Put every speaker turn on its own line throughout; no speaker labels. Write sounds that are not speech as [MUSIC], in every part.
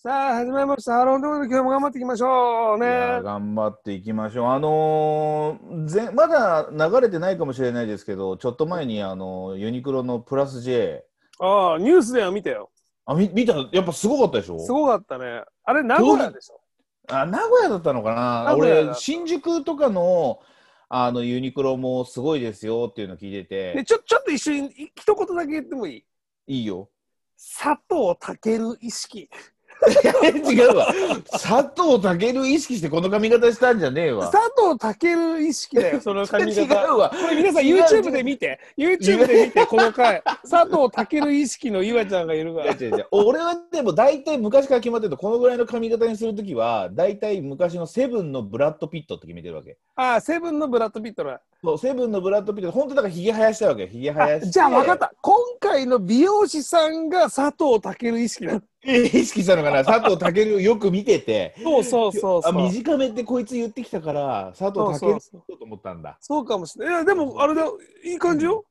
さあ、始まりました。ハロードール、今日も頑張っていきましょう
い
ね
やー。頑張っていきましょう。あのーぜまだ流れてないかもしれないですけど、ちょっと前に、あのーユニクロのプラス J、
ああ、ニュースでは見たよ。
あみ見たやっぱすごかったでしょ
すごかったね。あれ、名古屋でしょ。
あ名古屋だったのかな
名古屋だった
俺、新宿とかのあのユニクロもすごいですよっていうの聞いて
で、
て、
ちょ、ちょっと一緒に、い一言だけ言ってもいい
いいよ。 [LAUGHS]
佐藤健意識。
いや違うわ。佐藤健意識してこの髪型したんじゃねえわ
佐。藤健意識だよ、 [LAUGHS] その髪
違
型。
うわ。
これ皆さん
違う
YouTube で見て、YouTube で見て、この回、佐藤健意識の岩ちゃんがいるか [LAUGHS]
違
ら。
う違う違う俺はでも大体昔から決まってるとこのぐらいの髪型にするときは大体昔のセブンのブラッド・ピットって決めてるわけ
ああ、セブンのブラッド・ピットだ。
そうセブンのブラッド・ピット本当だからひげ生やしたいわけひげ生
あ
やして
じゃあ分かった。今回の美容師さんが佐藤健意識だ。
え意識したのかな佐藤健をよく見てて
そうそう [LAUGHS] そうそう。
あ短めってこいつ言ってきたから佐
そう
藤
そ
健
うそう
だと思ったんだ
そうかもしれない。いや、でも、あれだよ、いい感じよ。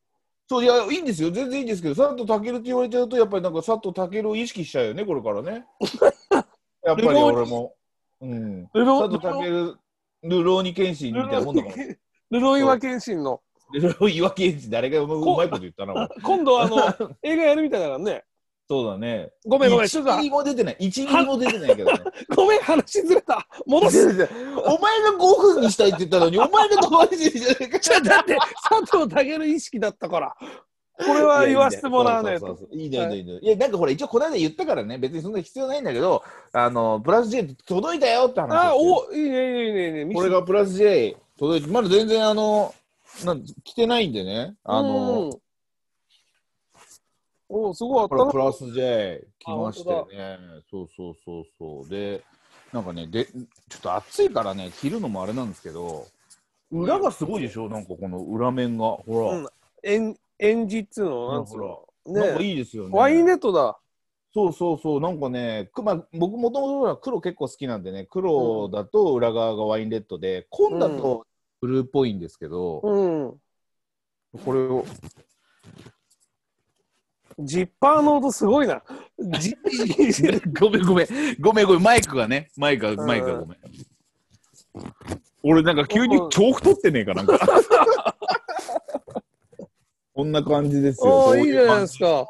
そういやいいんですよ全然いいんですけど佐藤健って言われちゃうとやっぱりなんか佐藤健を意識しちゃうよねこれから
[LAUGHS]
ねやっぱり俺も、うん、
ルロ
佐藤健ルローニケンシンみたいなもんだから
ルロイワ謙信の。
でそれを岩城氏誰がうま
こ
うまいこと言ったな。お前
今度、あの、映画やるみたいだからね。
そうだね。
ごめん、ごめん、ちょっと
1ミ、リも出てない。1ミリも出てないけどね。
ごめん、話ずれた。戻す。
お前が5分にしたいって言ったのに、お前が飛ばしてるじゃねえか。
ちょだって、佐藤健意識だったから。これは言わせてもらわない
そう
と
そう。そういいね、いいね、いいね。いや、なんかほら、一応この間言ったからね、別にそんな必要ないんだけど、あの、プラス J 届いたよって話をし
あ、お、
てる。
いいね、いいね、いいねいいね。
これがプラス J 届いて、まだ全然あの、なん来てないんでね。あ
う
の、
ん、おすごいあっ
こ
た
れ
な
プラス J 来まして
あ本
ね。そうそうそうそう。で、なんかね、で、ちょっと暑いからね、着るのもあれなんですけど、裏がすごいでしょなんかこの裏面が。ほら、
うん演演じっつうのなんつう
ほ
の
なんか
ね
いいですよね。
ワインネットだ
そうそうそう。なんかね、くまあ、僕もともと黒結構好きなんでね、黒だと裏側がワインレッドで、紺だとブルーっぽいんですけど、
うん
これを、
ジッパーの音すごいなジ
[LAUGHS] ごめんごめん、ごめんごめん、マイクがね、マイク
う
が、
ん
マイクがごめん。俺なんか急に調布取ってねえか [LAUGHS] なんか。こんな感じですよ。
お
こ
ー
う
いいじ
う
ゃない
感
で
じ
すか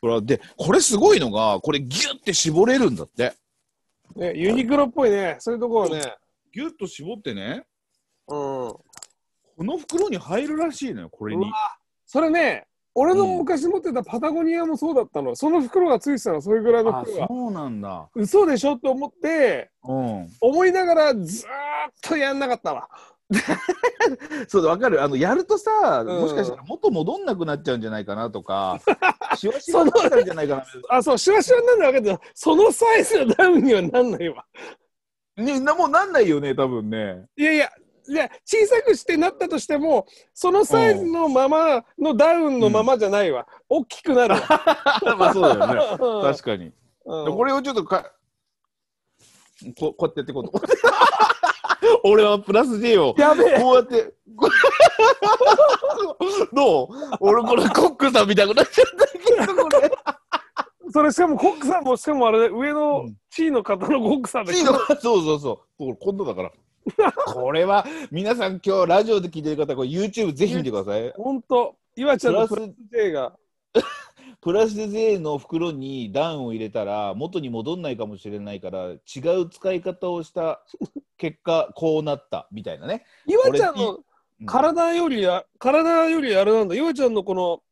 これはで、これすごいのが、これギュって絞れるんだって。
ねユニクロっぽいねそういうとこはね
ギュッと絞ってね、
うん
この袋に入るらしいのよ、これに
う。それね俺の昔持ってたパタゴニアもそうだったのその袋がついてたのそれぐらいの
あ、
袋が
そうなんだ。
嘘でしょって思って
うん。
思いながらずーっとやんなかったわ
そう、わかる。あの、やるとさ、
ん
もしかしたら元戻んなくなっちゃうんじゃないかなと
[LAUGHS]
か、しわし
そ
わ
の
になっちゃうんじゃないか
あ、そう、シュワシュワになるのは分かってた。そのサイズのダウンにはなんないわ。
な。ね、なもうなんないよね、多分ね。
いやいや、いや小さくしてなったとしても、そのサイズのままのダウンのままじゃないわ。大きくな
[LAUGHS]
るわ。
[LAUGHS] まあそうだよね。
確
確かに。
か
これをちょっとか、ここうやってやっていこうと思って。 [LAUGHS] 俺はプラス J を。
やべえ。
こうやって、 [LAUGHS] こうどう俺これコックさんみたいになっちゃったけど、これ。
それしかもコックさんも、しかもあれ、上の
うん
地位の方のコックさんだけ
いいのそうそうそう。こ今度だから。これは皆さん今日ラジオで聞いてる方、これ YouTube ぜひ見てください。
ほんと、岩ちゃんのプ
プ
ラ
ラ
ス
ス
J が。
プラス税の袋に段を入れたら元に戻んないかもしれないから違う使い方を [LAUGHS] した結果こうなったみたいなね。
岩ちゃんの
うん
体よりや、体よりあれなんだ。岩ちゃんのこの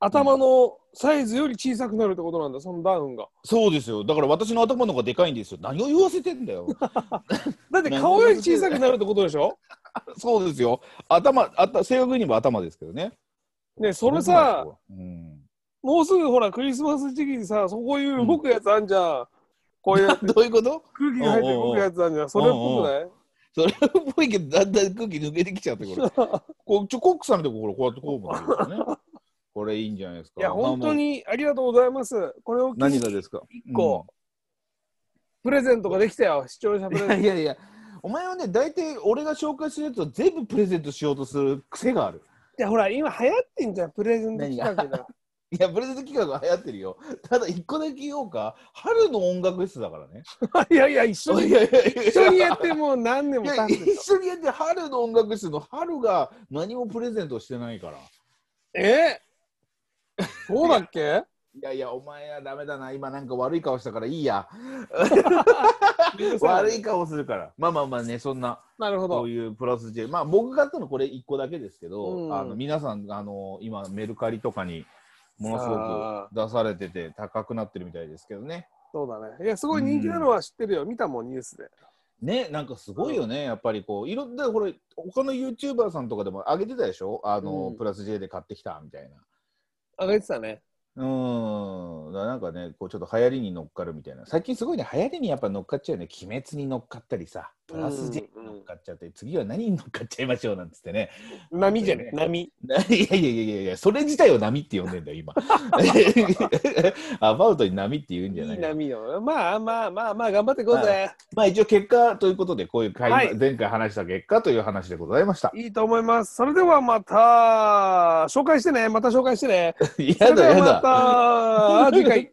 頭のサイズより小さくなるってことなんだ、そのダウンが。
そうですよ。だから私の頭の方がでかいんですよ。何を言わせてんだよ。
だって顔より小さくなるってことでしょ
[LAUGHS] そうですよ。頭、あた正確には頭ですけどね。
ねそれさ、、
うん、
もうすぐほらクリスマス時期にさ、そこいう動くやつあんじゃん。こういう空
どういうこと
気が入って動くやつあんじゃん。それっぽくない
それっぽいけど、だんだん空気抜けてきちゃって、これ。こうちょコックさんのとこ、これ、こうやってこうもあるんですよね。これいいんじゃないですか。
いや、本当
まあ。も
にありがとうございます。これを
う
機
何
に
がですか
一個、プレゼントができたよ、視聴者プ
うん
レ
い
ゼ
や
ン
いやいや、お前はね、大体俺が紹介するやつを全部プレゼントしようとする癖がある。
ト。いや、ほら、今流行ってんじゃん、プレゼント企画が。
いや、プレゼント企画が流行ってるよ。ただ、一個だけ言おうか。春の音楽フェスだからね。
いやいや、一緒に、
いやいやいや
一緒にやってもう何年
い
も
や
経ってる
一緒にやって春の音楽室の春が何もプレゼントしてないから
えそうだっけ
いやいやお前はダメだな今なんか悪い顔したからいいや悪
悪
い
い
顔するからまあまあまあねそんな
なるほ
こう
ど。
いうプラス J まあ僕が買ったのこれ1個だけですけど、
うん
あの皆さんあの今メルカリとかにものす
あ
ごく出されてて高くなってるみたいですけどね
そうだね。いや、すごい人気なのは知ってるよ。見たもん、ニュースで。
ねなんかすごいよね、やっぱりこういろんなこれ他の YouTuber さんとかでも上げてたでしょあの、
うん
プラス J で買ってきたみたいな。
上げてたね。
うーん、だなんかね、こうちょっと流行りに乗っかるみたいな、最近すごいね、流行りにやっぱ乗っかっちゃうよね、鬼滅に乗っかったりさ、プラス J
うん
に
うん
乗っかっちゃって、次は何に乗っかっちゃいましょうなんつってね、 [LAUGHS]
波じゃね
そうだ
波。
いやいやいやいやいや、それ自体を波って呼んでんだよ、今。 [LAUGHS] アバウトに波って言うん
い
じゃないいの
波よ。まあまあまあまあ、頑張っていこうぜ。
まあ一応、結果ということで、こういう会、
はい
前回話した結果という話でございました。
いいと思います。それではまた、紹介してね。また紹介してね。
や [LAUGHS]
それで
だや
は
だ。
また、次回。